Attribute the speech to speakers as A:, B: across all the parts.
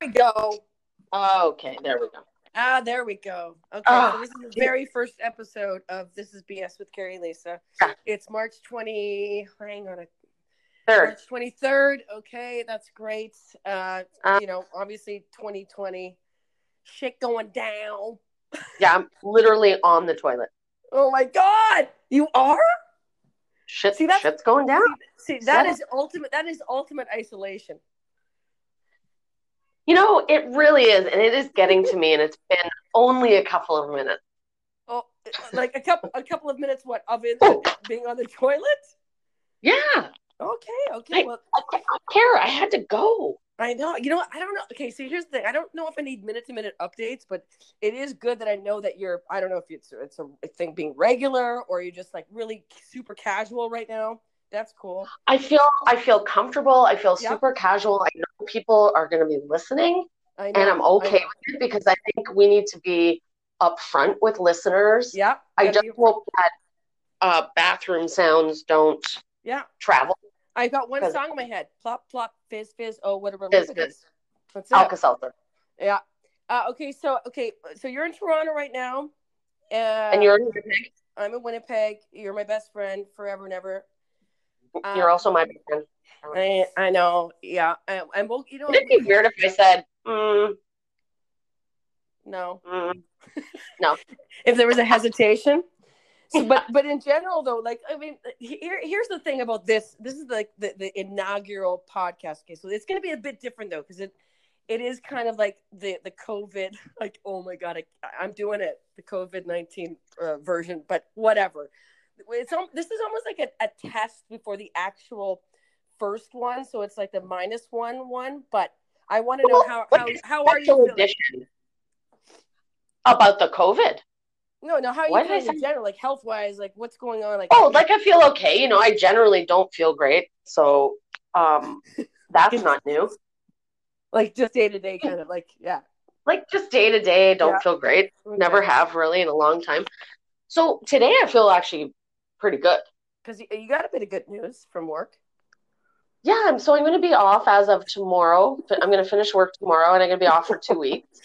A: we go.
B: Okay, there we go.
A: Ah, there we go. Okay,
B: Ah,
A: so this is the very first episode of This is BS with Carrie and Lisa.
B: Yeah.
A: It's March 20, hang on a
B: Third.
A: March 23rd. Okay, that's great. Uh,
B: Uh,
A: you know, obviously 2020 shit going down.
B: Yeah, I'm literally on the toilet.
A: Oh my god, you are?
B: Shit,
A: See, that's-
B: shit's going down.
A: See, that
B: Yeah.
A: is ultimate that is ultimate isolation.
B: You know, it really is, and it is getting to me, and it's been only a couple of minutes.
A: Oh, like a couple a couple of minutes what of it
B: Oh.
A: being on the toilet?
B: Yeah,
A: Okay, okay.
B: Hey.
A: Well,
B: I, ca- I care. I had to go.
A: I know. You know, what? I don't know. Okay, so here's the thing. I don't know if I need minute to minute updates, but it is good that I know that you're. I don't know if it's it's a thing being regular or you're just like really super casual right now. That's cool.
B: I feel, I feel comfortable. I feel
A: Yeah.
B: super casual. I know people are going to be listening,
A: I know.
B: and I'm okay
A: I-
B: with it because I think we need to be upfront with listeners.
A: yeah.
B: I
A: gotta
B: just
A: be-
B: hope that uh, bathroom sounds don't
A: yeah.
B: travel.
A: I got one
B: 'Cause-
A: song in my head. Plop plop fizz fizz. Oh, whatever
B: Fizz,
A: it
B: fizz.
A: is. That's it.
B: Alka Seltzer,
A: Yeah. Uh, okay. So okay. So you're in Toronto right now. Uh,
B: and you're
A: I'm in Winnipeg. You're my best friend forever and ever. Um,
B: you're also my friend.
A: I, I know. Yeah. I, I'm. well, You know.
B: Would it be weird if I said, mm,
A: No.
B: mm,
A: if there was a hesitation. So, but but in general though, like I mean, here here's the thing about this. This is like the, the inaugural podcast. Okay, so it's going to be a bit different though, because it it is kind of like the the COVID. Like oh my god, I, I'm doing it the COVID nineteen uh, version, but whatever. It's al- this is almost like a, a test before the actual first one. So it's like the minus one one. But I want to know how how, how are you
B: special
A: feeling?
B: edition about the COVID.
A: No, no. How are you
B: Why did I
A: feeling in general? Like health wise, like what's going on? Like
B: Oh, like I feel okay. You know, I generally don't feel great, so um, that's not new.
A: like just day to day kind of like yeah.
B: Like just day to day, don't
A: Yeah.
B: feel great. Never have really in a long time. So today I feel actually pretty good.
A: because you, you got a bit of good news from work.
B: Yeah, I'm, so I'm going to be off as of tomorrow. Fi- I'm going to finish work tomorrow, and I'm going to be off for two weeks.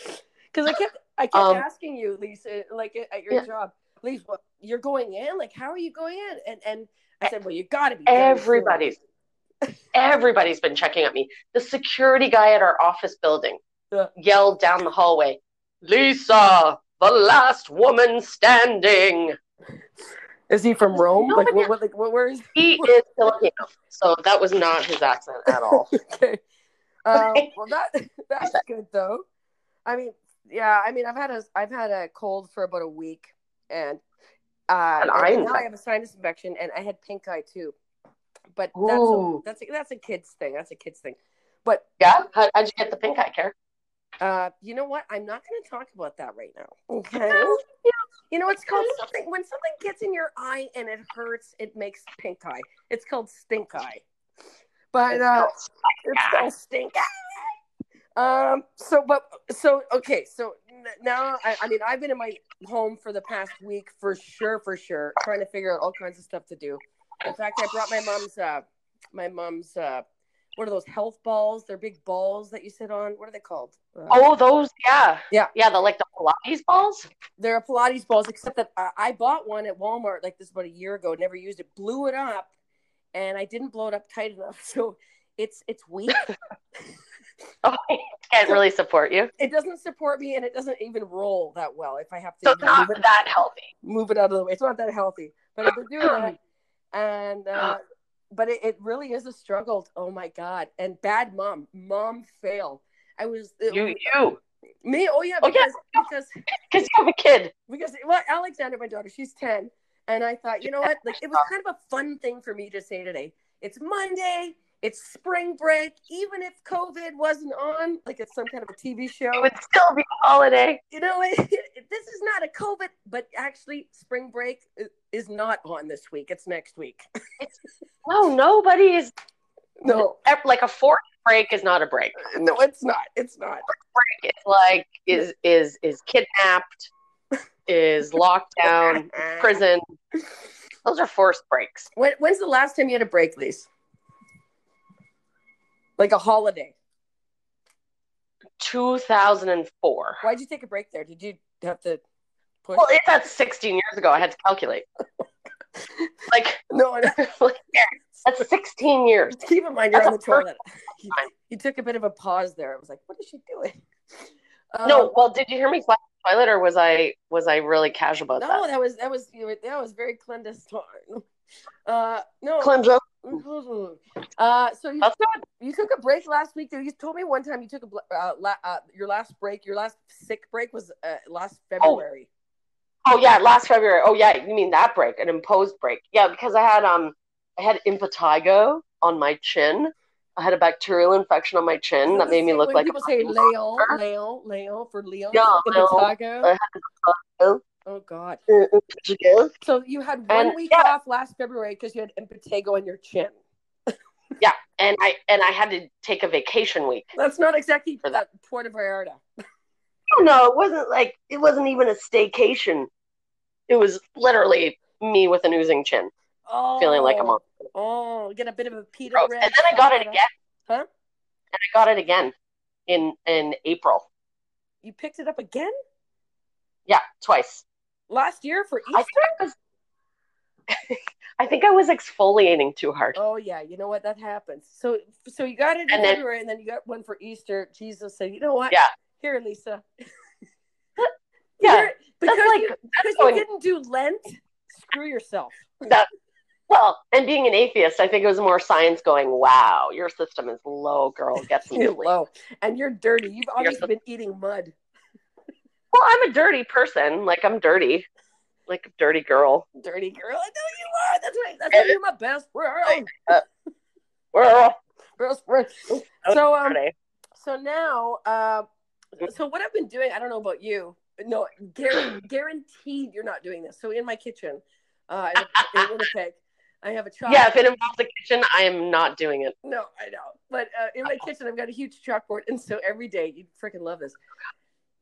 A: Because I kept I kept
B: Um,
A: asking you, Lisa, like at- at your
B: Yeah.
A: job, Lisa, what you're going in? Like how are you going in? And and
B: E
A: I said, well, you got to be very soon.
B: Everybody's everybody's been checking at me. The security guy at our office building
A: Yeah.
B: yelled down the hallway, "Lisa, the last woman standing."
A: Is he from Rome?
B: No,
A: like
B: but
A: what, what? Like what? Where is?
B: He is Filipino, so that was not his accent at all.
A: okay. Um, well, that that's good though. I mean, yeah. I mean, I've had a I've had a cold for about a week, and uh,
B: An eye
A: and now I
B: infection.
A: have a sinus infection, and I had pink eye too. But that's a,
B: Ooh.
A: that's a, that's a kid's thing. That's a kid's thing. But
B: Yeah, How, how'd you get the pink eye, Kara?
A: uh, you know what? I'm not going to talk about that right now. Okay.
B: No,
A: You know, it's called
B: Okay.
A: something when something gets in your eye and it hurts. It makes pink eye. It's called stink eye. But uh, it's
B: Yeah.
A: gonna stink. Um. So, but so okay. So n- now, I, I mean, I've been in my home for the past week for sure, for sure, trying to figure out all kinds of stuff to do. In fact, I brought my mom's, uh, my mom's, uh, what are those health balls? They're big balls that you sit on. What are they called? Uh,
B: Oh, those, yeah,
A: Yeah.
B: yeah. The like the Pilates balls.
A: they're Pilates balls, except that I, I bought one at Walmart like this about a year ago. Never used it. Blew it up, and I didn't blow it up tight enough, so it's it's weak.
B: Oh, can't really support you.
A: it doesn't support me and it doesn't even roll that well if I have to
B: So
A: even
B: not
A: move, it,
B: that healthy.
A: move it out of the way. It's not that healthy, but I've been doing that. And, uh, but it, it really is a struggle. Oh my God. And bad mom, mom fail. I was, it-
B: You, you,
A: me, oh yeah,
B: Oh, yeah.
A: because, because,
B: because you have a kid.
A: because, well, Alexander, my daughter, she's 10. And I thought, you know what? Like, it was kind of a fun thing for me to say today. It's Monday. It's spring break. Even if COVID wasn't on, like it's some kind of a TV show.
B: It would still be a holiday.
A: you know, it, this is not a COVID, but actually, spring break i- is not on this week. It's next week.
B: No, nobody is
A: No,
B: ev- like a forced break is not a break.
A: no, it's not. It's not.
B: It's like is is is kidnapped, is locked down, prison. Those are forced breaks.
A: When, when's the last time you had a break, Lise? Like a holiday?
B: 2004.
A: Why'd you take a break there? Did you have to push?
B: Well, it, that's 16 years ago. I had to calculate. like,
A: no, I don't-
B: like, yeah, that's 16 years.
A: keep in mind you're
B: That's
A: on the
B: a perfect
A: toilet. You, you took a bit of a pause there. I was like, what is she doing?
B: no,
A: Um,
B: well, did you hear me flash the toilet, or was I was I really casual about
A: no,
B: that?
A: that was that was you were, that was very clandestine. Uh, no.
B: Cleanse-
A: Uh, so you,
B: That's not
A: you took a break last week. Though you told me one time you took a bl- uh, la- uh, your last break. Your last sick break was uh, last February.
B: Oh yeah, last February. Oh yeah, you mean that break, an imposed break? Yeah, because I had um, I had impetigo on my chin. I had a bacterial infection on my chin that made me look
A: when
B: like
A: people
B: a
A: say
B: fucking
A: Leon, Leon, Leon for Leon.
B: Yeah,
A: in
B: Leon.
A: Otago.
B: I had Otago.
A: Oh God!
B: impetigo.
A: So you had one
B: And-
A: week
B: yeah.
A: off last February because you had impetigo on your chin.
B: and I and I had to take a vacation week.
A: That's not exactly
B: For that.
A: uh, Puerto Vallarta.
B: Oh no, it wasn't like it wasn't even a staycation. It was literally me with an oozing chin,
A: Oh,
B: feeling like a monster.
A: Oh, get a bit of a Peter.
B: Gross.
A: Red
B: And then I got it
A: shot.
B: again.
A: Huh?
B: And I got it again in in April.
A: You picked it up again
B: Yeah, twice.
A: last year for
B: I
A: Easter.
B: think I was. I think I was exfoliating too hard.
A: Oh yeah, you know what? That happens. So so you got it in
B: And then-
A: February, and then you got one for Easter. Jesus said, "You know what?
B: Yeah.
A: here, Lisa.
B: Yeah,
A: Here- because
B: that's like
A: you, because
B: going-
A: you didn't do Lent. Screw yourself.
B: that. Well, and being an atheist, I think it was more science going. Wow, your system is low, girl. Get some
A: You're
B: sleep. Well,
A: low, and you're dirty. You've obviously
B: so-
A: been eating mud.
B: I'm a dirty person. Like I'm dirty. Like a dirty girl.
A: Dirty girl, I know you are. That's right. That's why you're my best friend.
B: Girl.
A: Best friend.
B: Oh,
A: So um,
B: Dirty.
A: so now uh, so what i've been doing i don't know about you but no guar- guaranteed you're not doing this so in my kitchen uh in, in winnipeg i have a chalk
B: yeah, if it involves the kitchen, I am not doing it.
A: no i know but uh, in my kitchen i've got a huge chalkboard and so every day you freaking love this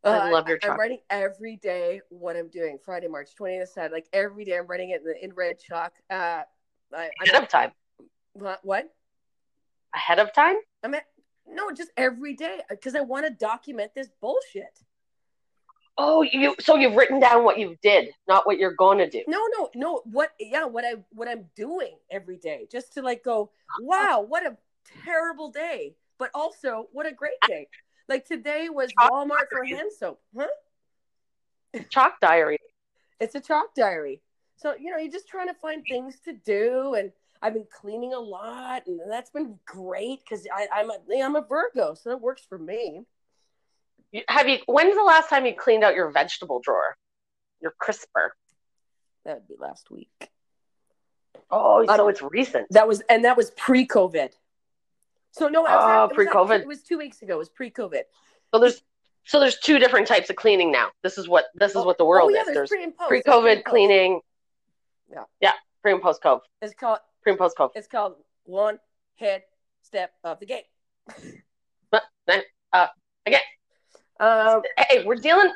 A: Uh,
B: I love your
A: I'm
B: chalk.
A: writing every day what I'm doing. Friday, March 20th, Saturday, like every day I'm writing it in, in red chalk. Uh, I,
B: Ahead
A: I'm,
B: of time.
A: what- what?
B: Ahead of time.
A: I'm at, no, just every day because I want to document this bullshit.
B: Oh, you. So you've written down what you did, not what you're gonna do.
A: No, no, no. What? Yeah, what I what I'm doing every day, just to like go,
B: Uh-huh.
A: wow, what a terrible day, but also what a great day. Like today was Walmart for hand soap, huh?
B: Chalk diary.
A: It's a chalk diary, so you know you're just trying to find things to do, and I've been cleaning a lot, and that's been great because I'm a I'm a Virgo, so that works for me.
B: You- Have you? When's the last time you cleaned out your vegetable drawer? Your crisper.
A: That would be last week.
B: Oh,
A: so
B: so it's recent.
A: That was and that was pre-COVID. So no, I was
B: Oh,
A: at- it was at-
B: pre-COVID.
A: It was two weeks ago. It was pre-COVID.
B: So there's so there's two different types of cleaning now. This is what this is what the world
A: oh, yeah,
B: is.
A: There's
B: There's
A: pre and post. There's pre
B: pre-COVID
A: and post.
B: cleaning.
A: Yeah.
B: Yeah. Pre and post COVID.
A: It's called
B: Pre and post COVID.
A: it's called one head step of the game.
B: uh, again.
A: Um,
B: Hey, we're dealing,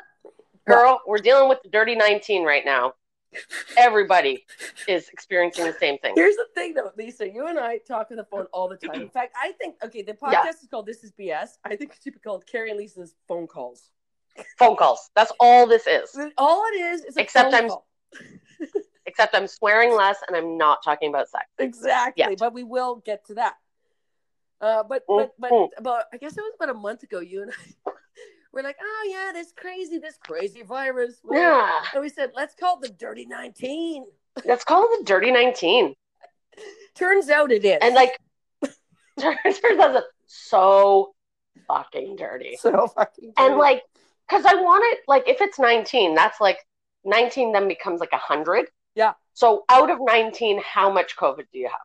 B: girl. We're dealing with the dirty nineteen right now. Everybody is experiencing the same thing.
A: here's the thing though, Lisa. You and I talk on the phone all the time. In fact, I think okay, the podcast
B: Yeah.
A: is called This Is BS. I think it should be called Carrie and Lisa's phone calls.
B: Phone calls. That's all this is.
A: All it is is a
B: Except
A: phone
B: I'm-
A: call.
B: Except I'm swearing less and I'm not talking about sex.
A: Exactly.
B: Yeah.
A: But we will get to that. Uh, but but but
B: Mhm.
A: about I guess it was about a month ago. You and I were like, oh yeah, this crazy, this crazy virus.
B: Yeah.
A: And we said, let's call it the Dirty Nineteen.
B: That's called the dirty nineteen.
A: Turns out it is.
B: And like, turns out it's so fucking dirty.
A: so fucking
B: And like, because I want it, like, if it's 19, that's like 19 then becomes like 100.
A: Yeah.
B: So out of 19, how much COVID do you have?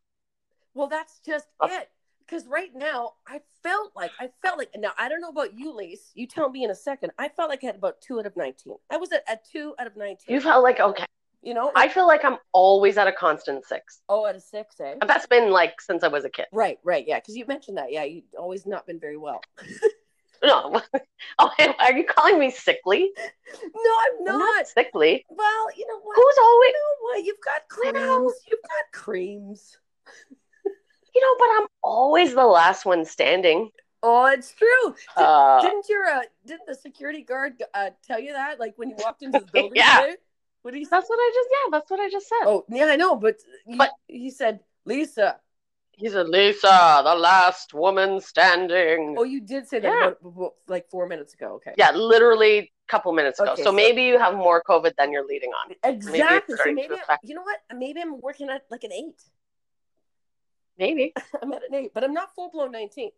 A: well, that's just
B: Oh.
A: it. Because right now, I felt like I felt like now I don't know about you, Lise. You tell me in a second. I felt like I had about two out of nineteen. I was at, at two out of nineteen.
B: You felt like, okay,
A: you know,
B: I feel like I'm always at a constant six.
A: oh out of six, eh?
B: And That's been like since I was a kid.
A: Right, right, yeah. Because you mentioned that, yeah. You have always not been very well.
B: No. oh, are you calling me sickly?
A: No, I'm
B: I'm
A: not.
B: sickly.
A: Well, you know what?
B: Who's always,
A: You know what? You've got
B: You
A: creams.
B: know.
A: You've got creams.
B: you know, but I'm always the last one standing.
A: Oh, it's true. Did,
B: Uh,
A: didn't your uh, didn't the security guard uh, tell you that? Like when you walked into the building
B: Yeah.
A: today? What did he say?
B: that's what I just yeah, that's what I just said.
A: Oh, yeah, I know, but he,
B: But-
A: he said Lisa.
B: He said, Lisa, the last woman standing.
A: Oh, you did say that
B: Yeah.
A: one- w- w- like four minutes ago. Okay.
B: yeah, literally a couple minutes ago.
A: Okay,
B: so
A: so-
B: maybe you have more COVID than you're leading on.
A: Exactly. so
B: starting to
A: maybe I,
B: affect-
A: you know what? Maybe I'm working at like an eight.
B: Maybe.
A: I'm at an eight, but I'm not full blown nineteen.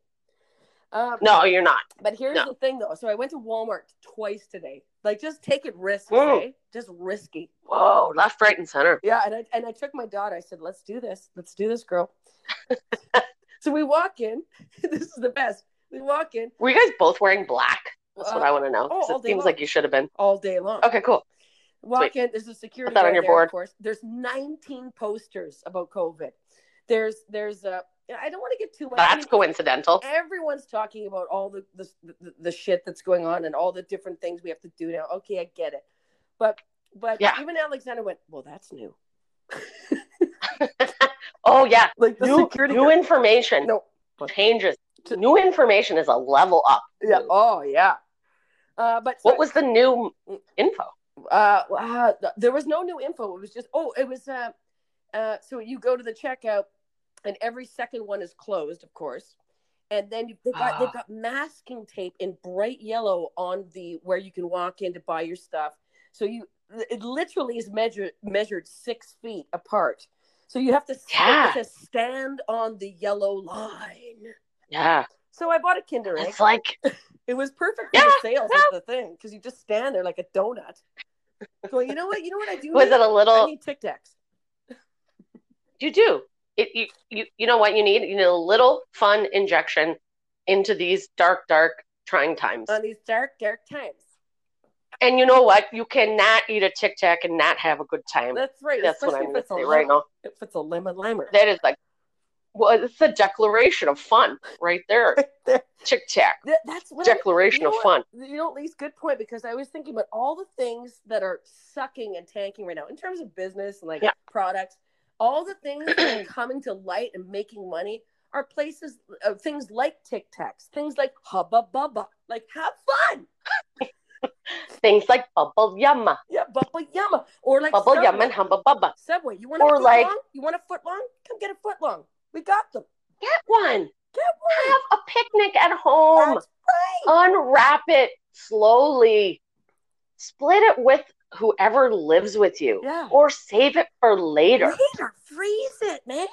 A: Um,
B: No, you're not.
A: But here's
B: No.
A: the thing, though. So I went to Walmart twice today. Like, just taking risks,
B: Mm.
A: eh? Just risky.
B: Whoa, left, right, and center.
A: Yeah, and I and I took my daughter. I said, "Let's do this. Let's do this, girl." so we walk in. this is the best. We walk in
B: Were you guys both wearing black? That's what
A: Uh,
B: I want to know.
A: oh,
B: 'cause
A: all
B: it
A: day
B: seems
A: long.
B: like you should have been.
A: all day long.
B: Okay, cool.
A: Walk in. There's a security.
B: Put that
A: guard
B: on your
A: there,
B: board.
A: Of course, there's 19 posters about COVID. There's there's a. I don't want to get too much. I
B: That's
A: mean,
B: coincidental.
A: everyone's talking about all the the, the the shit that's going on and all the different things we have to do now. Okay, I get it, but but
B: Yeah.
A: even Alexander went, well, that's new.
B: Oh, yeah.
A: Like the
B: New,
A: security.
B: new
A: guard-
B: information
A: no.
B: changes.
A: To-
B: New information is a level up.
A: Yeah. Oh yeah. Uh, but
B: What was the new info?
A: uh, uh, there was no new info. It was just oh, it was uh, uh, so you go to the checkout, and every second one is closed, of course, and then you, they got
B: Ah.
A: they've got masking tape in bright yellow on the where you can walk in to buy your stuff. So you it literally is measured measured six feet apart. So you have to,
B: Yeah.
A: to stand on the yellow line.
B: Yeah.
A: So I bought a Kinder Egg.
B: It's like,
A: It was perfect for
B: Yeah,
A: the sales is the thing because you just stand there like a donut. Going, you know what? You know what I do?
B: was
A: need?
B: it a
A: I
B: little.
A: need Tic Tacs.
B: You do. It, you, you, you know what you need? You need a little fun injection into these dark, dark, trying times.
A: on these dark, dark times.
B: And you know what? You cannot eat a Tic Tac and not have a good time.
A: That's right.
B: That's what
A: especially if
B: I'm going to
A: it's a
B: say
A: lim-
B: right now.
A: If it's a lemon limer.
B: That is like, well, it's a declaration of fun right there.
A: That-
B: Tic Tac,
A: that's what I-
B: declaration
A: you
B: of
A: know
B: fun.
A: you know, at least good point because I was thinking about all the things that are sucking and tanking right now in terms of business and like
B: Yeah.
A: products. All the things that are coming to light and making money are places, uh, things like Tic Tacs, things like Hubba Bubba, like have fun.
B: Things like bubble yumma,
A: Yeah, Bubba Yumma. Or like
B: bubble
A: Subway.
B: yum and humba bubba.
A: Subway. You want a
B: Or
A: foot
B: like-
A: long? You want a foot long? Come get a foot long. We got them.
B: Get one.
A: Get one.
B: Have a picnic at home.
A: That's right.
B: Unwrap it slowly. Split it with whoever lives with you,
A: Yeah.
B: or save it for later.
A: Later, freeze it, man.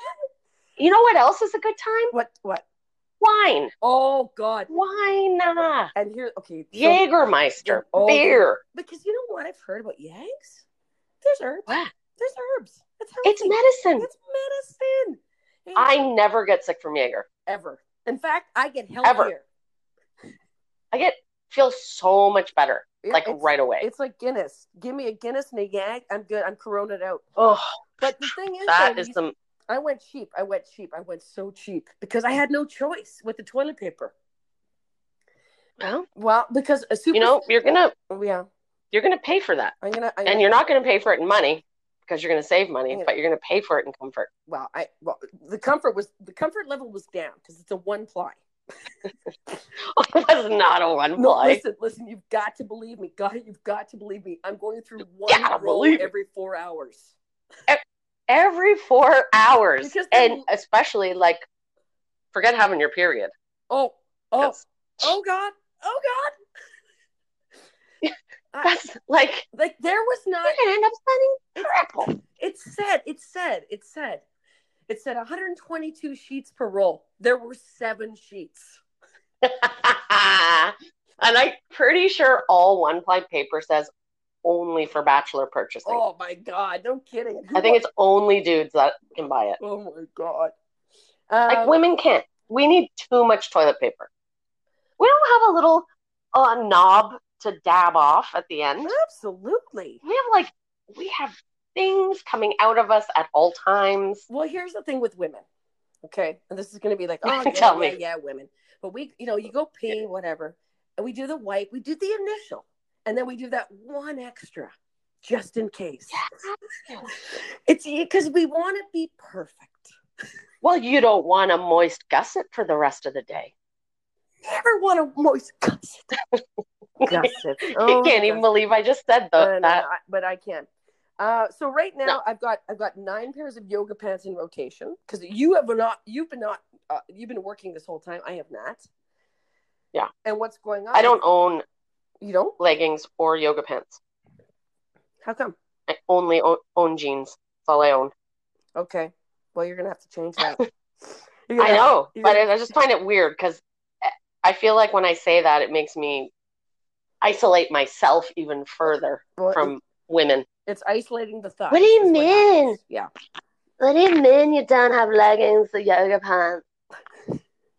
B: You know what else is a good time?
A: What? What?
B: Wine.
A: Oh God!
B: Wine. ah.
A: And here, okay, so-
B: Jägermeister,
A: Oh,
B: beer.
A: because you know what I've heard about Yanks? There's herbs.
B: What?
A: There's herbs. That's how
B: It's medicine.
A: It's medicine. Hey,
B: I never get sick from Jaeger.
A: ever. In fact, I get healthier.
B: Ever. I get feel so much better
A: Yeah,
B: like
A: it's,
B: right away.
A: It's like Guinness. Give me a Guinness and a Yank. I'm good. I'm coronaed out.
B: Oh,
A: But the thing is,
B: that
A: though,
B: is
A: these-
B: the
A: I went cheap. I went cheap. I went so cheap because I had no choice with the toilet paper.
B: well.
A: Well, because a super. Oh,
B: You know, you're gonna
A: Yeah,
B: you're gonna pay for that,
A: I'm gonna. I'm
B: and you're not gonna pay for it in money because you're gonna save money,
A: Yeah.
B: but you're gonna pay for it in comfort.
A: well, I well the comfort was the comfort level was down because it's a one ply.
B: Oh, That's not a one
A: No,
B: ply.
A: listen, listen, you've got to believe me. God, you've got to believe me. I'm going through one
B: gotta
A: roll
B: believe it.
A: every four hours.
B: Every four hours,
A: Because then-
B: and especially like, forget having your period.
A: Oh, oh,
B: 'cause
A: oh God, oh God. I,
B: That's like
A: like there was not.
B: you're gonna end up spending triple.
A: It said. It said. It said. It said 122 sheets per roll. There were seven sheets.
B: and I'm pretty sure all one ply paper says only for bachelor purchasing.
A: Oh my God! No kidding.
B: I think it's only dudes that can buy it.
A: Oh my God.
B: Like
A: Um,
B: women can't. We need too much toilet paper. We don't have a little uh, knob to dab off at the end.
A: Absolutely.
B: We have like we have things coming out of us at all times.
A: Well, here's the thing with women. Okay. And this is going to be like, oh, yeah,
B: Tell
A: yeah,
B: me.
A: yeah, women. But we, you know, you go pee, whatever. And we do the wipe, we do the initial. And then we do that one extra just in case. It's because we want to be perfect.
B: Well, you don't want a moist gusset for the rest of the day.
A: ever want a moist gossip? gossip.
B: I can't even believe I just said
A: but,
B: tho- that.
A: but Oh, I can. Uh, so right now
B: No.
A: I've got I've got nine pairs of yoga pants in rotation because you have not you've been not uh, you've been working this whole time. I have not.
B: Yeah.
A: And what's going on?
B: I don't own
A: You don't?
B: leggings or yoga pants.
A: How come?
B: I only own, own jeans. That's all I own.
A: Okay. Well, you're gonna have to change that. You're
B: I
A: gonna-
B: know,
A: you're
B: but
A: gonna-
B: I just find it weird because I feel like when I say that, it makes me isolate myself even further
A: Well,
B: from women.
A: it's isolating the thought.
B: What do you
A: is
B: mean?
A: happens. Yeah.
B: What do you mean you don't have leggings or yoga pants?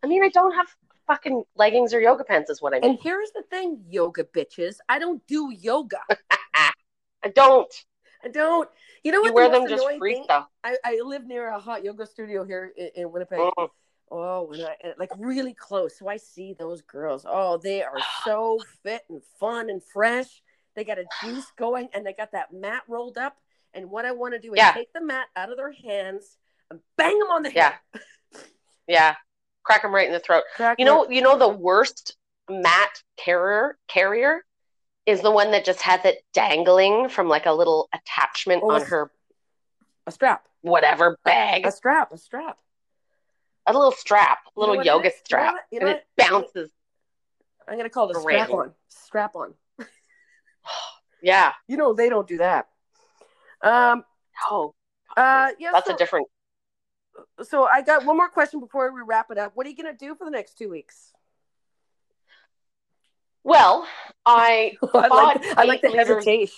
B: I mean, I don't have fucking leggings or yoga pants, is what I mean.
A: And here's the thing, yoga bitches. I don't do yoga.
B: I don't.
A: I don't. You know what?
B: You wear
A: the
B: them
A: most
B: just
A: annoying
B: freak
A: thing-
B: though.
A: I, I live near a hot yoga studio here in, in Winnipeg.
B: Mm.
A: Oh, and I and, like really close. So I see those girls. Oh, they are so fit and fun and fresh. They got a juice going and they got that mat rolled up. And what I want to do is
B: Yeah.
A: take the mat out of their hands and bang them on the
B: Yeah.
A: head.
B: Yeah, crack them right in the throat.
A: Crack
B: You know, you know the worst mat carrier carrier is the one that just has it dangling from like a little attachment
A: Oh,
B: on
A: it's-
B: her
A: a strap,
B: whatever bag,
A: a strap, a strap,
B: a little strap, a
A: You
B: little
A: know what it
B: yoga
A: is? You know
B: strap,
A: what- you know
B: and it
A: what?
B: bounces.
A: I'm gonna call it a
B: Great.
A: strap on. Strap on.
B: Yeah.
A: You know they don't do that. Um.
B: Oh,
A: Uh. Yeah.
B: that's
A: so,
B: a different.
A: so I got one more question before we wrap it up. What are you gonna do for the next two weeks?
B: Well, I
A: I like.
B: Thought
A: I like the
B: eight liters.
A: hesitation.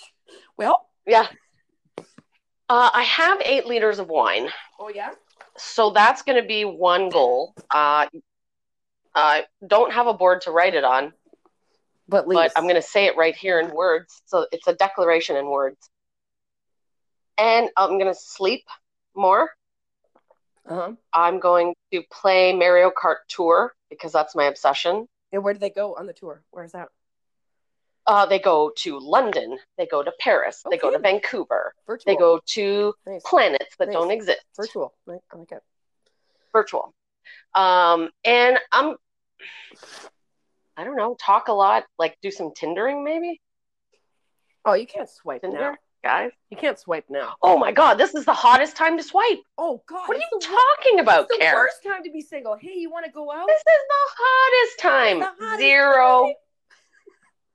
A: Well.
B: yeah. Uh, I have eight liters of wine.
A: Oh yeah.
B: so that's going to be one goal. Uh, I don't have a board to write it on,
A: But, least.
B: but I'm going to say it right here in words. So it's a declaration in words. And I'm going to sleep more.
A: Uh-huh.
B: I'm going to play Mario Kart Tour because that's my obsession.
A: And where do they go on the tour? Where is that?
B: Uh, they go to London, they go to Paris, they go to
A: Okay.
B: Vancouver,
A: Virtual.
B: they go to
A: Nice.
B: planets that
A: Nice.
B: don't exist.
A: Virtual. Right? I like it.
B: virtual. Um, and I'm, I don't know, talk a lot, like do some Tindering maybe.
A: Oh, you can't swipe
B: Tinder,
A: now.
B: guys.
A: You can't swipe now.
B: Oh my God, this is the hottest time to swipe.
A: Oh God.
B: What are
A: it's
B: you
A: the wor-
B: talking about,
A: it's the
B: Karen?
A: worst time to be single. Hey, you want to go out?
B: This is the hottest time.
A: The hottest
B: Zero.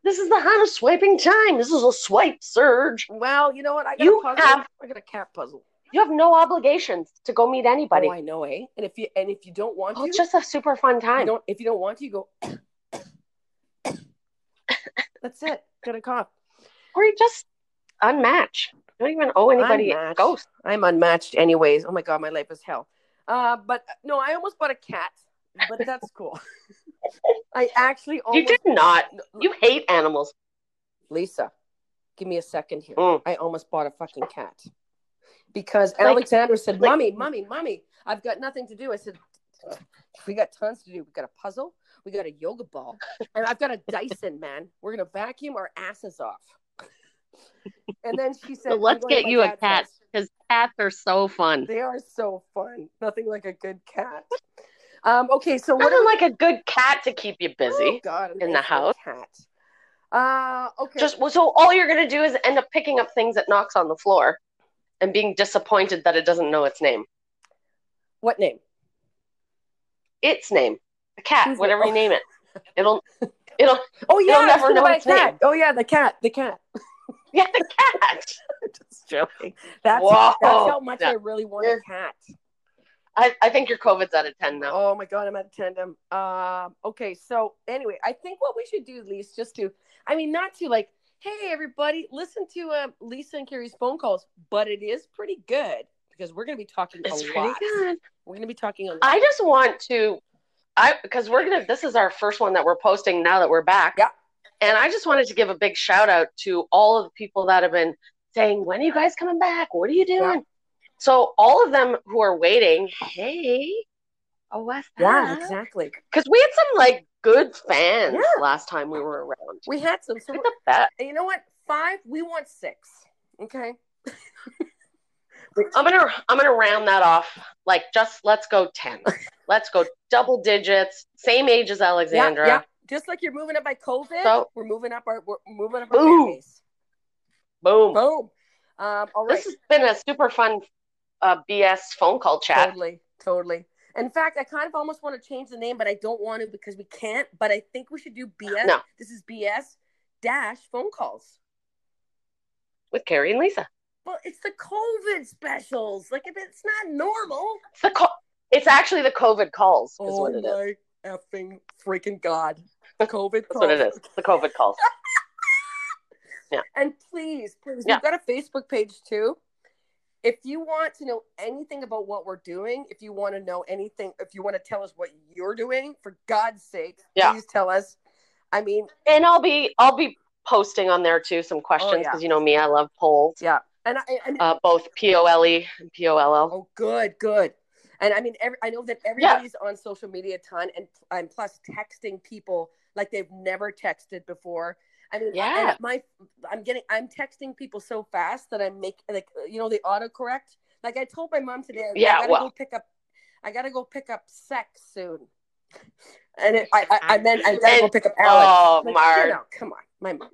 B: This is the hottest swiping time. This is a swipe surge.
A: Well, you know what? I got
B: You
A: a puzzle.
B: have-
A: I got a cat puzzle.
B: You have no obligations to go meet anybody.
A: Oh, I know, eh? And if you and if you don't want
B: Oh,
A: to,
B: it's just a super fun
A: you
B: time.
A: don't, if you don't want to, you go. That's it. Gonna cough.
B: Or you just unmatch. You don't even owe anybody a
A: Unmatch.
B: ghost.
A: I'm unmatched, anyways. Oh my god, my life is hell. Uh, but uh, no, I almost bought a cat, but that's cool. I actually
B: You
A: almost
B: did not.
A: Oh, No,
B: You hate animals.
A: Lisa, give me a second here.
B: Mm.
A: I almost bought a fucking cat because
B: Like-
A: Alexander said,
B: like-
A: "Mommy, mommy, mommy, I've got nothing to do." I said, "We got tons to do. We got a puzzle. We got a yoga ball, and I've got a Dyson. Man, we're gonna vacuum our asses off." And then she said,
B: So
A: "I'm
B: let's
A: going to
B: get
A: my
B: you a
A: dad's
B: cat
A: house."
B: because cats are so fun.
A: They are so fun. Nothing like a good cat. Um, okay, so what?
B: Nothing like a good cat to keep you
A: oh
B: busy.
A: God, I'm
B: in the
A: thankful
B: house.
A: Cat. Uh, okay.
B: Just well, so all you're gonna do is end up picking up things that knocks on the floor, and being disappointed that it doesn't know its name.
A: what name?
B: Its name, a cat,
A: Who's
B: whatever
A: it?
B: you name it, it'll, it'll,
A: Oh yeah,
B: You'll
A: I was
B: never
A: gonna
B: know
A: buy a
B: its name.
A: cat. Oh yeah, the cat, the cat.
B: yeah, the cat.
A: Just joking. That's,
B: Whoa.
A: that's how much
B: Yeah.
A: I really want
B: Yeah.
A: a cat.
B: I, I think your COVID's out of ten now.
A: Oh my god, I'm at tandem. Um, okay, so anyway, I think what we should do, Lise, just to, I mean, not to like, hey everybody, listen to um, Lisa and Carrie's phone calls, but it is pretty good because we're gonna be talking
B: It's
A: a
B: pretty
A: lot.
B: good.
A: We're gonna be talking a lot.
B: I just want to, I because we're gonna. This is our first one that we're posting now that we're back.
A: Yeah.
B: And I just wanted to give a big shout out to all of the people that have been saying, "When are you guys coming back? What are you doing?"
A: Yeah.
B: So all of them who are waiting, hey, oh what's
A: Yeah,
B: that?
A: exactly.
B: Because we had some like good fans
A: Yeah.
B: last time we were around.
A: We had some. So
B: Look at that.
A: and you know what? Five. We want six. Okay.
B: I'm gonna I'm gonna round that off. Like just let's go ten. let's go double digits. Same age as Alexandra.
A: Yeah, yeah. Just like you're moving up by COVID,
B: So-
A: we're moving up our we're moving up our
B: Boom.
A: fan base.
B: Boom.
A: Boom. Um, all right.
B: This has been a super fun uh, BS phone call chat.
A: Totally, totally. In fact, I kind of almost want to change the name, but I don't want to because we can't. But I think we should do BS.
B: No.
A: This is BS dash phone calls.
B: with Carrie and Lisa.
A: Well, it's the COVID specials. Like, if it's not normal. Oh
B: It's the call. It's actually the COVID calls is what it is.
A: my effing freaking god! COVID.
B: That's what it is. The COVID calls.
A: And please, please,
B: Yeah.
A: we've got a Facebook page too. If you want to know anything about what we're doing, if you want to know anything, if you want to tell us what you're doing, for God's sake,
B: Yeah.
A: please tell us. I mean,
B: And I'll be I'll be posting on there too some questions
A: Oh, yeah.
B: because you know me, I love polls.
A: yeah, and I, and
B: Uh, both P O L E and P O L L.
A: oh, good, good. And I mean, every, I know that everybody's on social media a ton, and and plus texting people like they've never texted before. I mean,
B: Yeah.
A: and my I'm getting I'm texting people so fast that I make like uh, you know the autocorrect. Like I told my mom today, I
B: Yeah,
A: gotta
B: well-
A: go pick up, I gotta go pick up sex soon. And it, I, I I meant I gotta go
B: And-
A: pick up Alex.
B: Oh,
A: Like,
B: Marge.
A: you know, come on, my mom.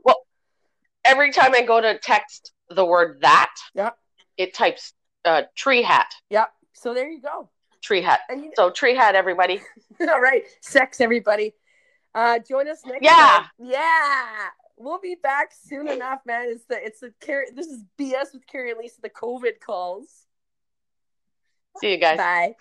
B: Every time I go to text the word that,
A: Yeah.
B: it types uh, tree hat,
A: Yep. So there you go.
B: tree hat.
A: And you,
B: So tree hat, everybody.
A: All right, sex everybody. Uh, join us next.
B: Yeah.
A: time. yeah. We'll be back soon enough, man. It's the it's the Carrie. This is BS with Carrie and Lisa. The COVID calls.
B: See you guys.
A: Bye.